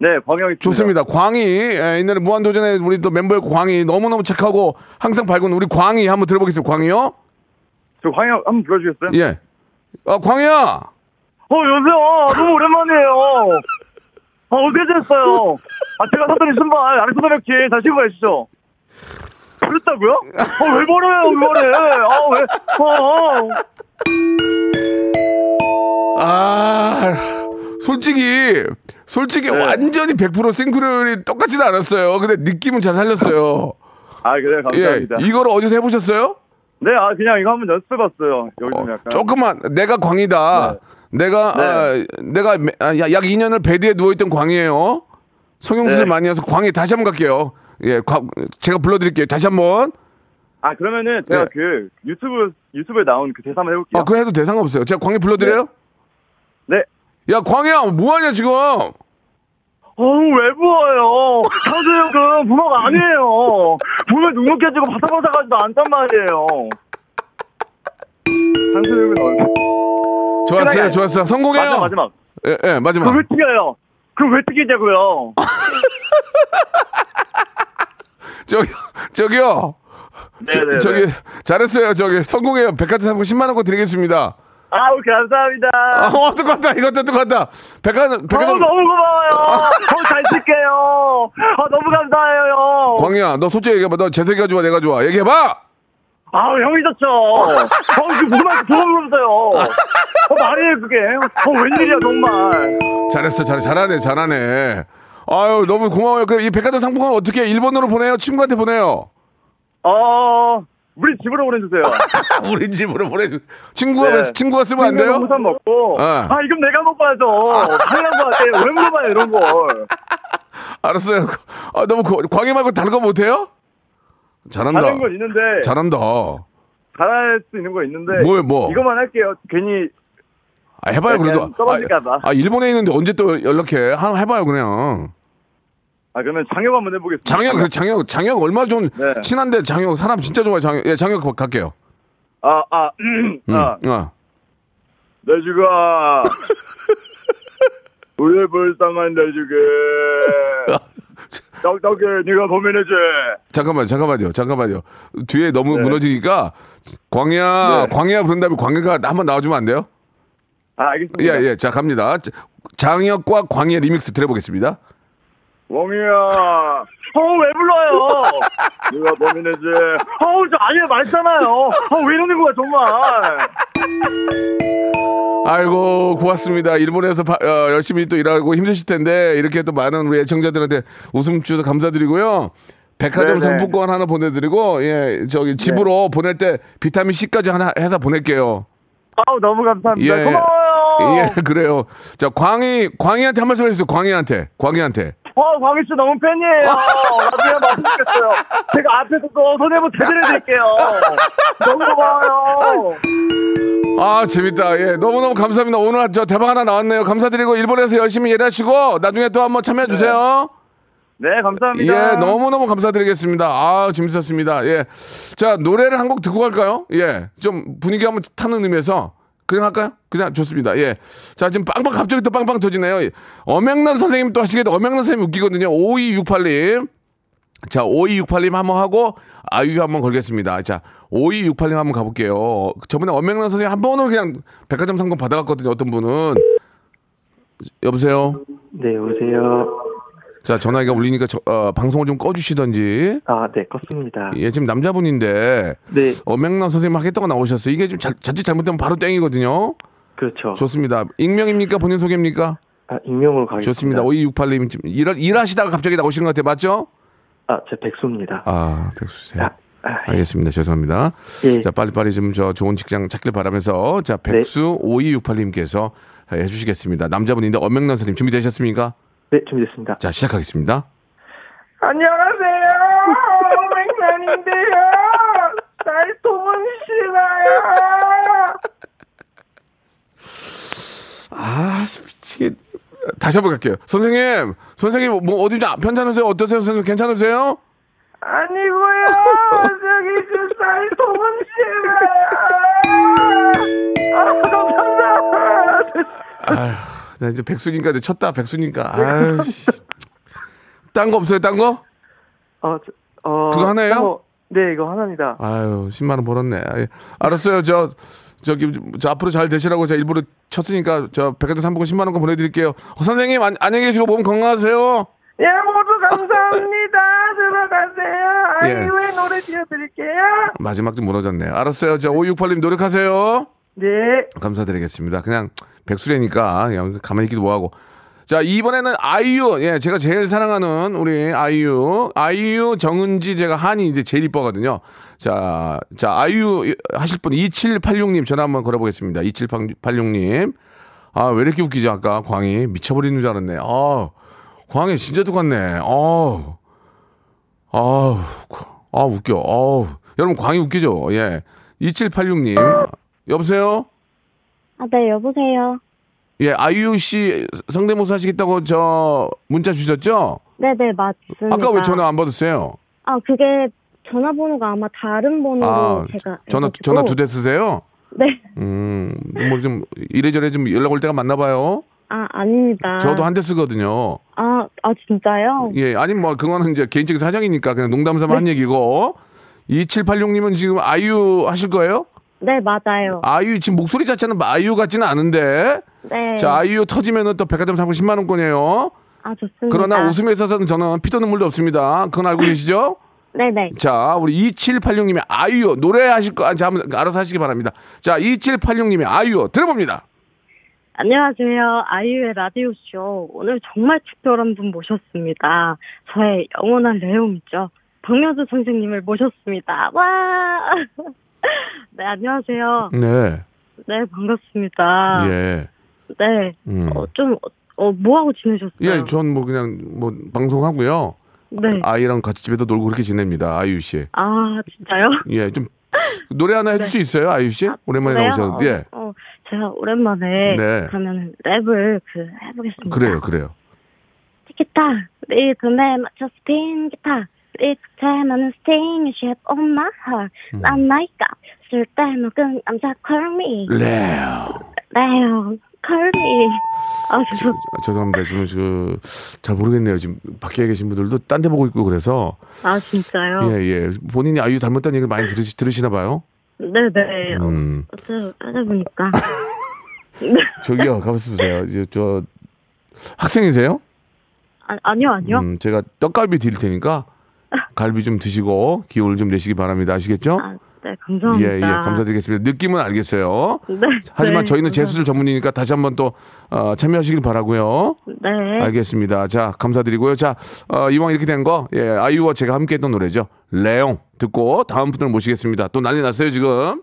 Speaker 10: 네, 광영이
Speaker 1: 좋습니다. 광희. 예, 옛날에 무한도전에 우리 또 멤버였고, 광희. 너무너무 착하고, 항상 밝은 우리 광희 한번 들어보겠습니다. 광희요?
Speaker 10: 저 광영 한번 불러주겠어요?
Speaker 1: 예. 아, 광희야!
Speaker 10: 어, 여보세요. 너무 오랜만이에요. 아, 어떻게 됐어요? 아, 제가 샀더니 신발, 알렉산더 맥퀸 잘 신고 계시죠? 버렸다고요? 아, 왜 버려요, 그거를? 아, 왜, 어, 어.
Speaker 1: 아, 솔직히, 솔직히
Speaker 10: 네.
Speaker 1: 완전히 100% 싱크로율이 똑같진 않았어요. 근데 느낌은 잘 살렸어요.
Speaker 10: 아, 그래요. 감사합니다.
Speaker 1: 예. 이거를 어디서 해보셨어요?
Speaker 10: 네, 아, 그냥 이거 한번 연습해봤어요. 여기서 약간.
Speaker 1: 조금만, 내가 광이다.
Speaker 10: 네.
Speaker 1: 내가, 아, 내가 매- 아, 야- 약 2년을 베드에 누워있던 광이에요. 성형수술
Speaker 10: 네.
Speaker 1: 많이 해서 광이 다시 한번 갈게요. 예, 과- 제가 불러드릴게요. 다시 한번.
Speaker 10: 아 그러면은 제가 그 유튜브 유튜브에 나온 그 대사 한번 해볼게요.
Speaker 1: 아, 그거 해도 대상 없어요. 제가 광희 불러드려요?
Speaker 10: 네.
Speaker 1: 야, 광희야, 뭐하냐, 지금?
Speaker 10: 어우 왜 부어요? 사주역은 부모가 아니에요. 보면 눈물 깨지고 바삭바삭하지도 않단 말이에요. 사주역은 얼마?
Speaker 1: 좋았어요, 좋았어요. 성공해요.
Speaker 10: 마지막 마지막.
Speaker 1: 예, 예, 마지막.
Speaker 10: 그걸 왜 튀겨요? 그걸 왜 튀기냐고요?
Speaker 1: 저기, 저기요.
Speaker 10: 네네네.
Speaker 1: 저, 기 잘했어요. 저기, 성공해요. 백화점 상품 10만원권 드리겠습니다.
Speaker 10: 아우 감사합니다.
Speaker 1: 아, 어, 똑같다. 이것도 똑같다. 백화점,
Speaker 10: 너무
Speaker 1: 백화점.
Speaker 10: 너무 고마워요. 너무 잘 쓸게요. 아 너무 감사해요. 형.
Speaker 1: 광희야, 너 솔직히 얘기해봐. 너 재석이가 좋아, 내가 좋아. 얘기해봐!
Speaker 10: 아우 형이 졌죠. 형 이게 무슨 말인지 누가 물어보세요. 어, 말이에요 그게. 어 웬일이야 정말.
Speaker 1: 잘했어, 잘, 잘하네, 잘하네. 아유, 너무 고마워요. 그럼 이 백화점 상품권 어떻게 일본으로 보내요? 친구한테 보내요?
Speaker 10: 어 우리 집으로 보내주세요.
Speaker 1: 우리 집으로 보내주 친구가, 왜- 친구가 쓰면 안
Speaker 10: 친구가
Speaker 1: 돼요?
Speaker 10: 네. 우선 먹고.
Speaker 1: 네.
Speaker 10: 아 이건 내가 먹어야죠. 당연한 거 같아. 왜 물어봐요 이런 걸.
Speaker 1: 알았어요. 아, 너무 고- 광희 말고 다른 거 못해요? 잘한다.
Speaker 10: 다른 건 있는데.
Speaker 1: 잘한다. 아,
Speaker 10: 잘할 수 있는 거 있는데.
Speaker 1: 뭐예요, 뭐?
Speaker 10: 이것만 할게요. 괜히
Speaker 1: 해봐요, 그래도.
Speaker 10: 네, 그냥 떨어질까 봐.
Speaker 1: 아, 일본에 있는데 언제 또 연락해? 한, 해봐요, 그냥.
Speaker 10: 아 그러면 장혁 한번 해보겠습니다.
Speaker 1: 장혁, 그래, 장혁, 장혁 얼마 좀
Speaker 10: 네.
Speaker 1: 친한데 장혁, 사람 진짜 좋아해, 장혁. 예, 장혁 갈게요.
Speaker 10: 아 아.
Speaker 1: 음,
Speaker 10: 아.
Speaker 1: 어.
Speaker 10: 내주가 우리 불쌍한 내주게 떡떡해 네가 고민해줘
Speaker 1: 잠깐만, 잠깐만요, 잠깐만요. 뒤에 너무
Speaker 10: 네.
Speaker 1: 무너지니까 광야, 광야 부른 다음에 광야가 한번 나와주면 안 돼요?
Speaker 10: 아 알겠습니다
Speaker 1: 예, 예, 자 갑니다. 자, 장혁과 광야 리믹스 들어보겠습니다.
Speaker 10: 웡이야 어왜 불러요 네가 고민해줘 어우 저 아니야 말잖아요 어왜 이러는 거야 정말
Speaker 1: 아이고 고맙습니다. 일본에서 바- 어, 열심히 또 일하고 힘드실 텐데 이렇게 또 많은 우리 애청자들한테 웃음 주셔서 감사드리고요. 백화점
Speaker 10: 네네. 네.
Speaker 1: 상품권 하나 보내드리고 예 저기 집으로 보낼 때 비타민 C까지 하나 해서 보낼게요.
Speaker 10: 아우 너무 감사합니다
Speaker 1: 예.
Speaker 10: 고마워요
Speaker 1: 예 그래요. 자 광희 광희한테 한 말씀 해주세요. 광희한테 광희한테
Speaker 10: 어 광희 씨 너무 팬이에요 어, 나중에 말씀드리겠어요 제가 앞에서 또 손해보 제대로 해드릴게요 너무 고마워요
Speaker 1: 아 재밌다. 예 너무 너무 감사합니다. 오늘 저 대박 하나 나왔네요. 감사드리고 일본에서 열심히 일하시고 나중에 또 한번 참여해 주세요.
Speaker 10: 네 감사합니다
Speaker 1: 예, 너무너무 감사드리겠습니다. 아, 재밌었습니다. 예. 자, 노래를 한 곡 듣고 갈까요? 예. 좀 분위기 한번 타는 의미에서 그냥 할까요? 그냥 좋습니다. 예. 자, 지금 빵빵 갑자기 또 빵빵 터지네요. 예. 엄영란 선생님 또 하시겠다. 엄영란 선생님 웃기거든요. 5268님. 자, 5268님 한번 하고 아이유 한번 걸겠습니다. 자, 5268님 한번 가볼게요. 저번에 엄영란 선생님 한 번은 그냥 백화점 상품 받아갔거든요. 어떤 분은. 여보세요?
Speaker 15: 네, 여보세요.
Speaker 1: 자, 전화기가 울리니까 저- 어, 방송을 좀 꺼주시던지.
Speaker 15: 아, 네, 껐습니다.
Speaker 1: 예, 지금 남자분인데
Speaker 15: 네.
Speaker 1: 어맹남 선생님 하겠다고 나오셨어요. 이게 좀 자, 자칫 잘못되면 바로 땡이거든요.
Speaker 15: 그렇죠.
Speaker 1: 좋습니다. 익명입니까? 본인 소개입니까?
Speaker 15: 아, 익명으로 가겠습니다.
Speaker 1: 좋습니다. 5268님 지금 일, 일하시다가 갑자기 나오신 것 같아요. 맞죠?
Speaker 15: 아, 저 백수입니다. 예.
Speaker 1: 아, 백수세. 요 알겠습니다. 죄송합니다. 자, 빨리빨리 좀 저 좋은 직장 찾길 바라면서 자,
Speaker 15: 네.
Speaker 1: 백수 5268님께서 해주시겠습니다. 남자분인데 어맹남 선생님 준비되셨습니까?
Speaker 15: 네, 준비됐습니다.
Speaker 1: 자, 시작하겠습니다.
Speaker 14: 안녕하세요. 오맹산인데요. 날 도문 싫어요.
Speaker 1: 아, 미치겠. 다시 한번 갈게요. 선생님, 선생님, 뭐, 어디 좀 편찮으세요? 어떠세요? 선생님, 괜찮으세요?
Speaker 14: 아니고요. 저기 저날 도문 싫어요. 아, 감사합니다.
Speaker 1: 아휴, 나 이제 백수니까, 이제 쳤다, 백수니까. 아휴, 씨. 딴거 없어요, 딴 거?
Speaker 15: 어, 저- 어,
Speaker 1: 그거 하나예요?
Speaker 15: 어, 네, 이거 하나입니다.
Speaker 1: 아유, 10만원 벌었네. 아이, 알았어요. 저, 저기, 저 앞으로 잘 되시라고 제가 일부러 쳤으니까, 저, 백화점 상품권 10만원 보내드릴게요. 어, 선생님, 안, 안녕히 계시고 몸 건강하세요.
Speaker 14: 예, 모두 감사합니다. 들어가세요.
Speaker 1: 예.
Speaker 14: 아니, 왜 노래 지어드릴게요?
Speaker 1: 마지막 좀 무너졌네요. 알았어요. 저, 568님 노력하세요.
Speaker 14: 네.
Speaker 1: 감사드리겠습니다. 그냥 백수래니까 그냥 가만히 있기도 뭐하고. 자 이번에는 아이유 예 제가 제일 사랑하는 우리 아이유 아이유 정은지 제가 한이 이제 제일 이뻐거든요 자자 아이유 하실 분 2786님 전화 한번 걸어보겠습니다 2786님 아 왜 이렇게 웃기지 아까 광희 미쳐버리는 줄 알았네 아 광희 진짜 똑같네 아, 어아 아, 웃겨 어우 여러분 광이 웃기죠? 예. 2786님. 여보세요?
Speaker 16: 아, 네, 여보세요.
Speaker 1: 예, 아이유 씨 성대모사 하시겠다고 저 문자 주셨죠?
Speaker 16: 네네, 맞습니다.
Speaker 1: 아까 왜 전화 안 받았어요?
Speaker 16: 아, 그게 전화번호가 아마 다른 번호로
Speaker 1: 아,
Speaker 16: 네, 제가.
Speaker 1: 전화
Speaker 16: 해가지고.
Speaker 1: 전화 두 대 쓰세요?
Speaker 16: 네.
Speaker 1: 음, 뭐 좀 이래저래 좀 연락 올 때가 많나 봐요.
Speaker 16: 아, 아닙니다.
Speaker 1: 저도 한 대 쓰거든요.
Speaker 16: 아, 아, 진짜요?
Speaker 1: 예, 아니 뭐 그거는 이제 개인적인 사정이니까 그냥 농담 삼아
Speaker 16: 네.
Speaker 1: 한 얘기고. 2786님은 지금 아이유 하실 거예요?
Speaker 16: 네, 맞아요.
Speaker 1: 아이유 지금 목소리 자체는 뭐 아이유 같지는 않은데.
Speaker 16: 네.
Speaker 1: 자, 아이유 터지면은 또 백화점 상품 10만 원권이에요.
Speaker 16: 아, 좋습니다.
Speaker 1: 그러나 웃음에 있어서는 저는 피도 눈물도 없습니다. 그건 알고 계시죠?
Speaker 16: 네네.
Speaker 1: 자, 우리 2786님의 아이유 노래 하실 거, 아, 자, 한번 알아서 하시기 바랍니다. 자, 2786님의 아이유 들어봅니다.
Speaker 17: 안녕하세요. 아이유의 라디오쇼. 오늘 정말 특별한 분 모셨습니다. 저의 영원한 레옹이죠. 박명수 선생님을 모셨습니다. 와! 네, 안녕하세요.
Speaker 1: 네.
Speaker 17: 네, 반갑습니다.
Speaker 1: 예.
Speaker 17: 네,
Speaker 1: 음.
Speaker 17: 좀, 어, 뭐하고 지내셨어요?
Speaker 1: 예, 전 뭐 그냥 뭐 방송하고요.
Speaker 17: 네.
Speaker 1: 아이랑 같이 집에서 놀고 그렇게 지냅니다. 아이유 씨.
Speaker 17: 아, 진짜요?
Speaker 1: 예, 좀 노래 하나 해줄
Speaker 17: 네.
Speaker 1: 수 있어요, 아이유 씨? 오랜만에
Speaker 17: 그래요?
Speaker 1: 나오셨는데. 예.
Speaker 17: 어, 어, 제가 오랜만에
Speaker 1: 네.
Speaker 17: 그러면 랩을 그 해보겠습니다.
Speaker 1: 그래요, 그래요.
Speaker 17: 기타 리듬에 맞춰 스핀 기타 리듬에 맞는 스팅 shape of my heart
Speaker 1: 음.
Speaker 17: 난 나이가 쓸때 먹은 남자 call me
Speaker 1: 레오.
Speaker 17: 레오 call me 아 죄송
Speaker 1: 아, 죄송합니다. 지금 그, 잘 모르겠네요. 지금 밖에 계신 분들도 딴 데 보고 있고 그래서.
Speaker 17: 아 진짜요
Speaker 1: 예, 예. 본인이 아이유 닮았다는 얘기를 많이 들으시, 들으시나 봐요.
Speaker 17: 네네 어,
Speaker 1: 음.
Speaker 17: 어쩌 찾아보니까
Speaker 1: 저기요, 가만있어 보세요. 이제 저, 학생이세요?
Speaker 17: 아, 아니요 아니요
Speaker 1: 음, 제가 떡갈비 드릴 테니까 갈비 좀 드시고 기운을 좀 내시기 바랍니다. 아시겠죠?
Speaker 17: 네
Speaker 1: 예,
Speaker 17: 감사합니다
Speaker 1: 예, 감사드리겠습니다. 느낌은 알겠어요.
Speaker 17: 네
Speaker 1: 하지만
Speaker 17: 네,
Speaker 1: 저희는 제수술 전문이니까 다시 한번 또 어, 참여하시길 바라고요.
Speaker 17: 네
Speaker 1: 알겠습니다. 자, 감사드리고요. 자, 어, 이왕 이렇게 된 거, 예, 아이유와 제가 함께했던 노래죠. 레옹 듣고 다음 분을 모시겠습니다. 또 난리 났어요 지금.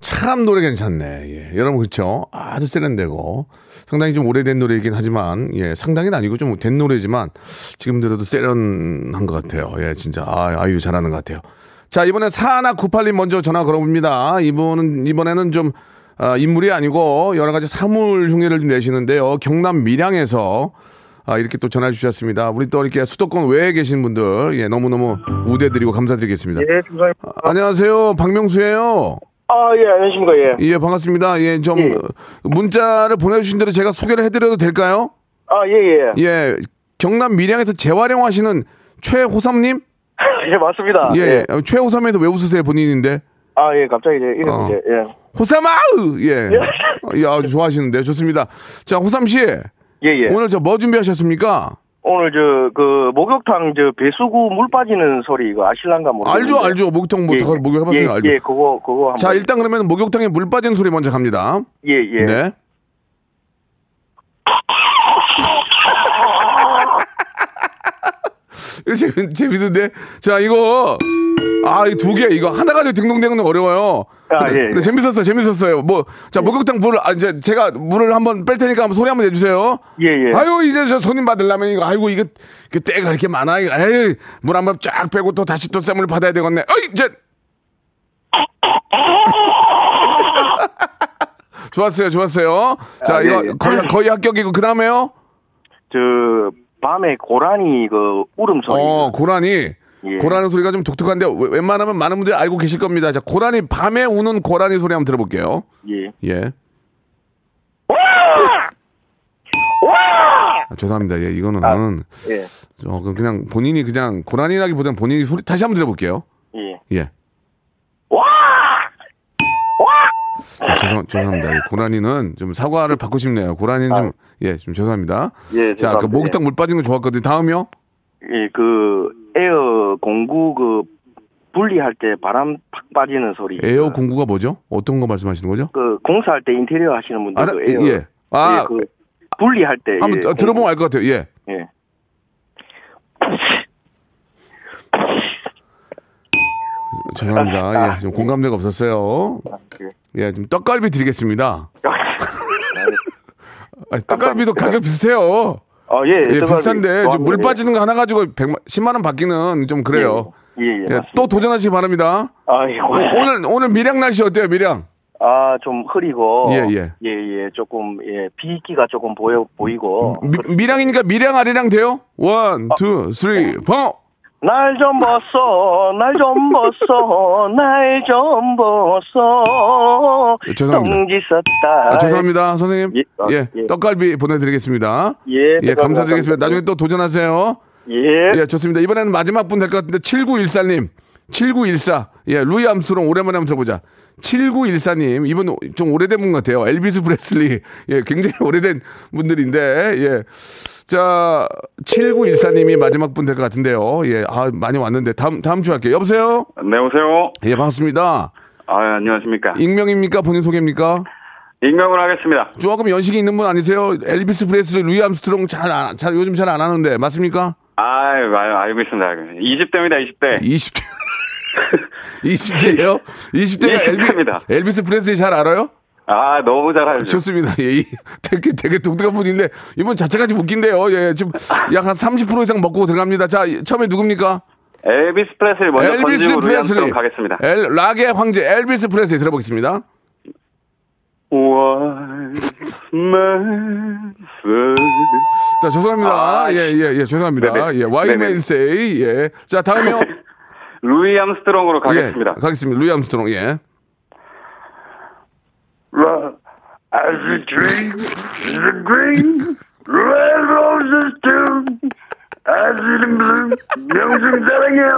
Speaker 1: 참 노래 괜찮네. 예, 여러분 그렇죠. 아주 세련되고 상당히 좀 오래된 노래이긴 하지만 예, 상당히는 아니고 좀 된 노래지만 지금 들어도 세련한 것 같아요. 예, 진짜 아, 아이유 잘하는 것 같아요. 자, 이번엔 4198님 먼저 전화 걸어봅니다. 이분은, 이번에는 좀, 아, 인물이 아니고 여러 가지 사물 흉내를 좀 내시는데요. 경남 밀양에서 아, 이렇게 또 전화 주셨습니다. 우리 또 이렇게 수도권 외에 계신 분들, 예, 너무너무 우대드리고 감사드리겠습니다.
Speaker 10: 네,
Speaker 18: 예, 감사합니다.
Speaker 1: 아, 안녕하세요. 박명수예요
Speaker 18: 아, 예, 안녕하십니까, 예.
Speaker 1: 예, 반갑습니다. 예, 좀, 어, 문자를 보내주신 대로 제가 소개를 해드려도 될까요?
Speaker 18: 아, 예, 예.
Speaker 1: 예, 경남 밀양에서 재활용하시는 최호삼님?
Speaker 18: 예, 맞습니다.
Speaker 1: 예, 어, 최호삼에도 왜 웃으세요, 본인인데?
Speaker 18: 아, 예, 갑자기 이제 이름
Speaker 1: 어.
Speaker 18: 이제, 예.
Speaker 1: 호삼아우 예. 예, 아주 좋아하시는데 좋습니다. 자 호삼 씨.
Speaker 18: 예.
Speaker 1: 오늘 저 뭐 준비하셨습니까?
Speaker 18: 오늘 저, 그, 목욕탕 저 배수구 물 빠지는 소리 이거 아실란가 모르겠는데.
Speaker 1: 알죠, 알죠. 목욕탕 뭐 다- 목욕 해봤으니까
Speaker 18: 예,
Speaker 1: 알죠.
Speaker 18: 예, 그거, 그거 한번.
Speaker 1: 자 일단 그러면 목욕탕에 물 빠진 소리 먼저 갑니다.
Speaker 18: 예, 예.
Speaker 1: 네. 이거 재밌, 재밌는데 자 이거 아두개 이거 하나 가지고 딩동댕은 어려워요.
Speaker 18: 아,
Speaker 1: 근데-
Speaker 18: 예, 예.
Speaker 1: 근데 재밌었어요, 재밌었어요. 뭐 자 목욕탕 물을 아, 이제 제가 물을 한번 뺄 테니까 한번 소리 한번 내주세요.
Speaker 18: 예, 예.
Speaker 1: 아유 이제 저 손님 받으려면 이거 아이고 이거 그 때가 이렇게 많아. 에이 물 한 번 쫙 빼고 또 다시 또 쌤을 받아야 되겠네. 어이 이제 좋았어요, 좋았어요. 자
Speaker 18: 아, 예,
Speaker 1: 이거
Speaker 18: 예.
Speaker 1: 거의, 거의 합격이고 그 다음에요.
Speaker 18: 저, 밤에 고라니 그 울음소리. 예.
Speaker 1: 어 고라니. 고라니 소리가 좀 독특한데 웬- 웬만하면 많은 분들이 알고 계실 겁니다. 자 고라니 밤에 우는 고라니 소리 한번 들어볼게요.
Speaker 18: 예.
Speaker 1: 예. 아, 죄송합니다. 예, 이거는
Speaker 18: 예.
Speaker 1: 어, 그 그냥 본인이 그냥 고라니라기보다는 본인이 소리 다시 한번 들어볼게요.
Speaker 18: 예.
Speaker 1: 예.
Speaker 18: 와!
Speaker 1: 자, 죄송, 죄송합니다. 예, 고라니는 좀 사과를 받고 싶네요. 고라니는 좀, 예, 좀 죄송합니다.
Speaker 18: 아. 예,
Speaker 1: 자, 그
Speaker 18: 죄송합니다.
Speaker 1: 목욕탕 물 빠진 거 좋았거든요. 다음이요?
Speaker 18: 예, 그, 에어 공구 그, 분리할 때 바람 팍 빠지는 소리.
Speaker 1: 에어 공구가 뭐죠? 어떤 거 말씀하시는 거죠?
Speaker 18: 그, 공사할 때 인테리어 하시는 분들.
Speaker 1: 아,
Speaker 18: 그 에어.
Speaker 1: 예. 아,
Speaker 18: 예, 그, 분리할 때.
Speaker 1: 한번
Speaker 18: 예,
Speaker 1: 더 들어보면 알 것 같아요. 예.
Speaker 18: 예. 아,
Speaker 1: 죄송합니다. 예, 좀 공감대가 없었어요. 예, 좀
Speaker 18: 아,
Speaker 1: 떡갈비 드리겠습니다. 아니, 떡갈비도 가격 비슷해요.
Speaker 18: 아, 예.
Speaker 1: 예,
Speaker 18: 제가
Speaker 1: 비슷한데
Speaker 18: 좋아합니다.
Speaker 1: 좀 물
Speaker 18: 예.
Speaker 1: 빠지는 거 하나 가지고 100만, 10만 원 받기는 좀 그래요.
Speaker 18: 예, 예.
Speaker 1: 예, 또 도전하시기 바랍니다.
Speaker 18: 아, 예.
Speaker 1: 오, 오늘 오늘 밀양 날씨 어때요, 밀양?
Speaker 18: 아, 좀 흐리고.
Speaker 1: 예, 예.
Speaker 18: 예, 예. 조금, 예. 비기가 조금 보여, 보이고.
Speaker 1: 미, 밀양이니까 밀양 아리랑 돼요? 원,
Speaker 18: 아.
Speaker 1: 투, 쓰리, 포.
Speaker 18: 날 좀 벗어, 날 좀 벗어, 날 좀 벗어.
Speaker 1: 죄송합니다.
Speaker 18: 성지 썼다.
Speaker 1: 아, 죄송합니다, 선생님. 예,
Speaker 18: 아, 예.
Speaker 1: 떡갈비 보내드리겠습니다.
Speaker 18: 예, 감사합니다.
Speaker 1: 감사드리겠습니다. 나중에 또 도전하세요.
Speaker 18: 예.
Speaker 1: 좋습니다. 이번에는 마지막 분 될 것 같은데 7914님, 7914, 예, 루이 암스롱 오랜만에 한번 들어보자. 7914님, 이분 좀 오래된 분 같아요. 엘비스 브레슬리, 예, 굉장히 오래된 분들인데, 예. 자, 7914님이 마지막 분 될 것 같은데요. 예, 아, 많이 왔는데 다음 다음 주 할게요. 여보세요.
Speaker 19: 네, 오세요.
Speaker 1: 예, 반갑습니다.
Speaker 19: 아, 안녕하십니까.
Speaker 1: 익명입니까? 본인 소개입니까?
Speaker 19: 익명으로 하겠습니다.
Speaker 1: 조금 연식이 있는 분 아니세요? 엘비스 브레슬리, 루이 암스트롱 잘, 안, 잘 요즘 잘 안 하는데 맞습니까?
Speaker 19: 아유, 아유, 알고 있습니다. 알고 있습니다. 20대입니다, 20대.
Speaker 1: 20대. 20대예요? 20대가
Speaker 19: 이십대입니다.
Speaker 1: 엘비, 스 프레슬리 잘 알아요?
Speaker 19: 아, 너무 잘 알죠.
Speaker 1: 좋습니다. 예, 이- 되게 되게 독특한 분인데 이분 자체까지 웃긴데요. 예, 지금 약 한 30% 이상 먹고 들어갑니다. 자, 이- 처음에 누굽니까?
Speaker 19: 엘비스 프레슬리 먼저
Speaker 1: 엘비스
Speaker 19: 던지고
Speaker 1: 프레슬리
Speaker 19: 루이암스로 가겠습니다.
Speaker 1: 엘, 락의 황제 엘비스 프레슬리 들어보겠습니다. 자,
Speaker 19: 아,
Speaker 1: 죄송합니다. 예, 예, 예, 죄송합니다.
Speaker 19: 네네.
Speaker 1: 예,
Speaker 19: 네네.
Speaker 1: 와이맨세이. 예. 자, 다음이요.
Speaker 19: 루이 암스트롱으로 가겠습니다.
Speaker 1: 예, 가겠습니다. 루이 암스트롱. 예.
Speaker 19: Love as a dream, as a dream, red roses too. As a dream, 명승 사랑해요.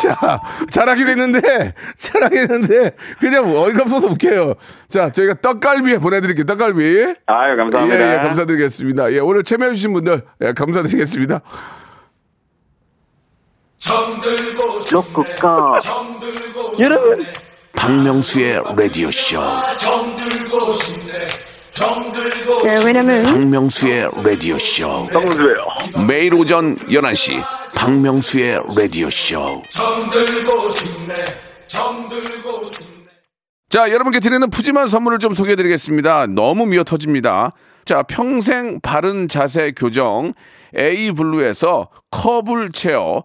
Speaker 1: 자, 잘하긴 했는데, 잘하긴 했는데, 그냥 어이가 없어서 웃겨요. 자, 저희가 떡갈비 보내드릴게요, 떡갈비.
Speaker 19: 아유, 감사합니다.
Speaker 1: 예, 예, 감사드리겠습니다. 예, 오늘 참여해주신 분들, 예, 감사드리겠습니다.
Speaker 5: 로쿠꺼
Speaker 2: 여러분 박명수의 라디오 쇼
Speaker 20: 네, 왜냐면
Speaker 2: 박명수의 라디오 쇼 매일 오전 11시 박명수의 라디오 쇼
Speaker 7: 정들고 싶네 정들고 싶네
Speaker 1: 자, 여러분께 드리는 푸짐한 선물을 좀 소개해드리겠습니다. 너무 미어 터집니다. 자, 평생 바른 자세 교정, 에이블루에서 커블 체어,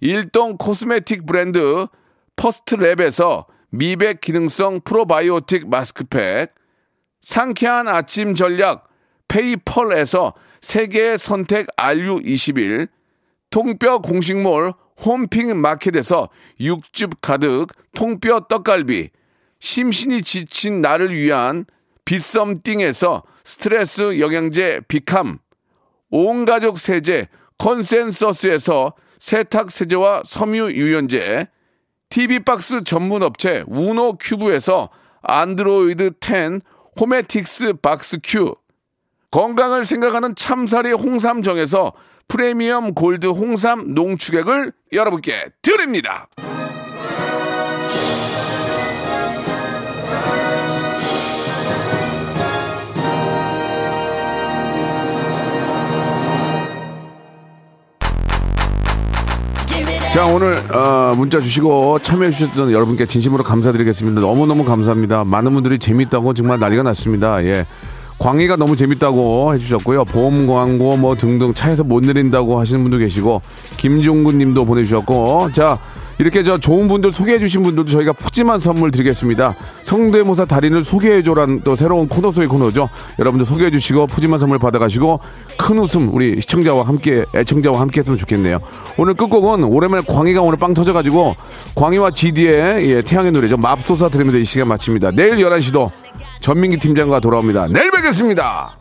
Speaker 1: 일동 코스메틱 브랜드 퍼스트랩에서 미백 기능성 프로바이오틱 마스크팩, 상쾌한 아침 전략 페이펄에서 세계의 선택 RU21 통뼈 공식몰 홈핑 마켓에서 육즙 가득 통뼈 떡갈비 심신이 지친 나를 위한 비썸띵에서 스트레스 영양제 비캄 온가족 세제 컨센서스에서 세탁 세제와 섬유 유연제
Speaker 2: TV 박스 전문 업체 우노 큐브에서 안드로이드 10 호메틱스 박스 큐 건강을 생각하는 참사리 홍삼정에서 프리미엄 골드 홍삼 농축액을 여러분께 드립니다.
Speaker 1: 자 오늘 어, 문자 주시고 참여해 주셨던 여러분께 진심으로 감사드리겠습니다. 너무 너무 감사합니다. 많은 분들이 재밌다고 정말 난리가 났습니다. 예. 광희가 너무 재밌다고 해주셨고요. 보험 광고 뭐 등등 차에서 못 내린다고 하시는 분도 계시고 김종근님도 보내주셨고 자 이렇게 저 좋은 분들 소개해주신 분들도 저희가 푸짐한 선물 드리겠습니다. 성대모사 달인을 소개해줘라는 또 새로운 코너 속의 코너죠. 여러분들 소개해주시고 푸짐한 선물 받아가시고 큰 웃음 우리 시청자와 함께 애청자와 함께 했으면 좋겠네요. 오늘 끝곡은 오랜만에 광희가 오늘 빵 터져가지고 광희와 GD의 예, 태양의 노래죠. 맙소사 들으면서 이 시간 마칩니다. 내일 11시도 전민기 팀장과 돌아옵니다. 내일 뵙겠습니다.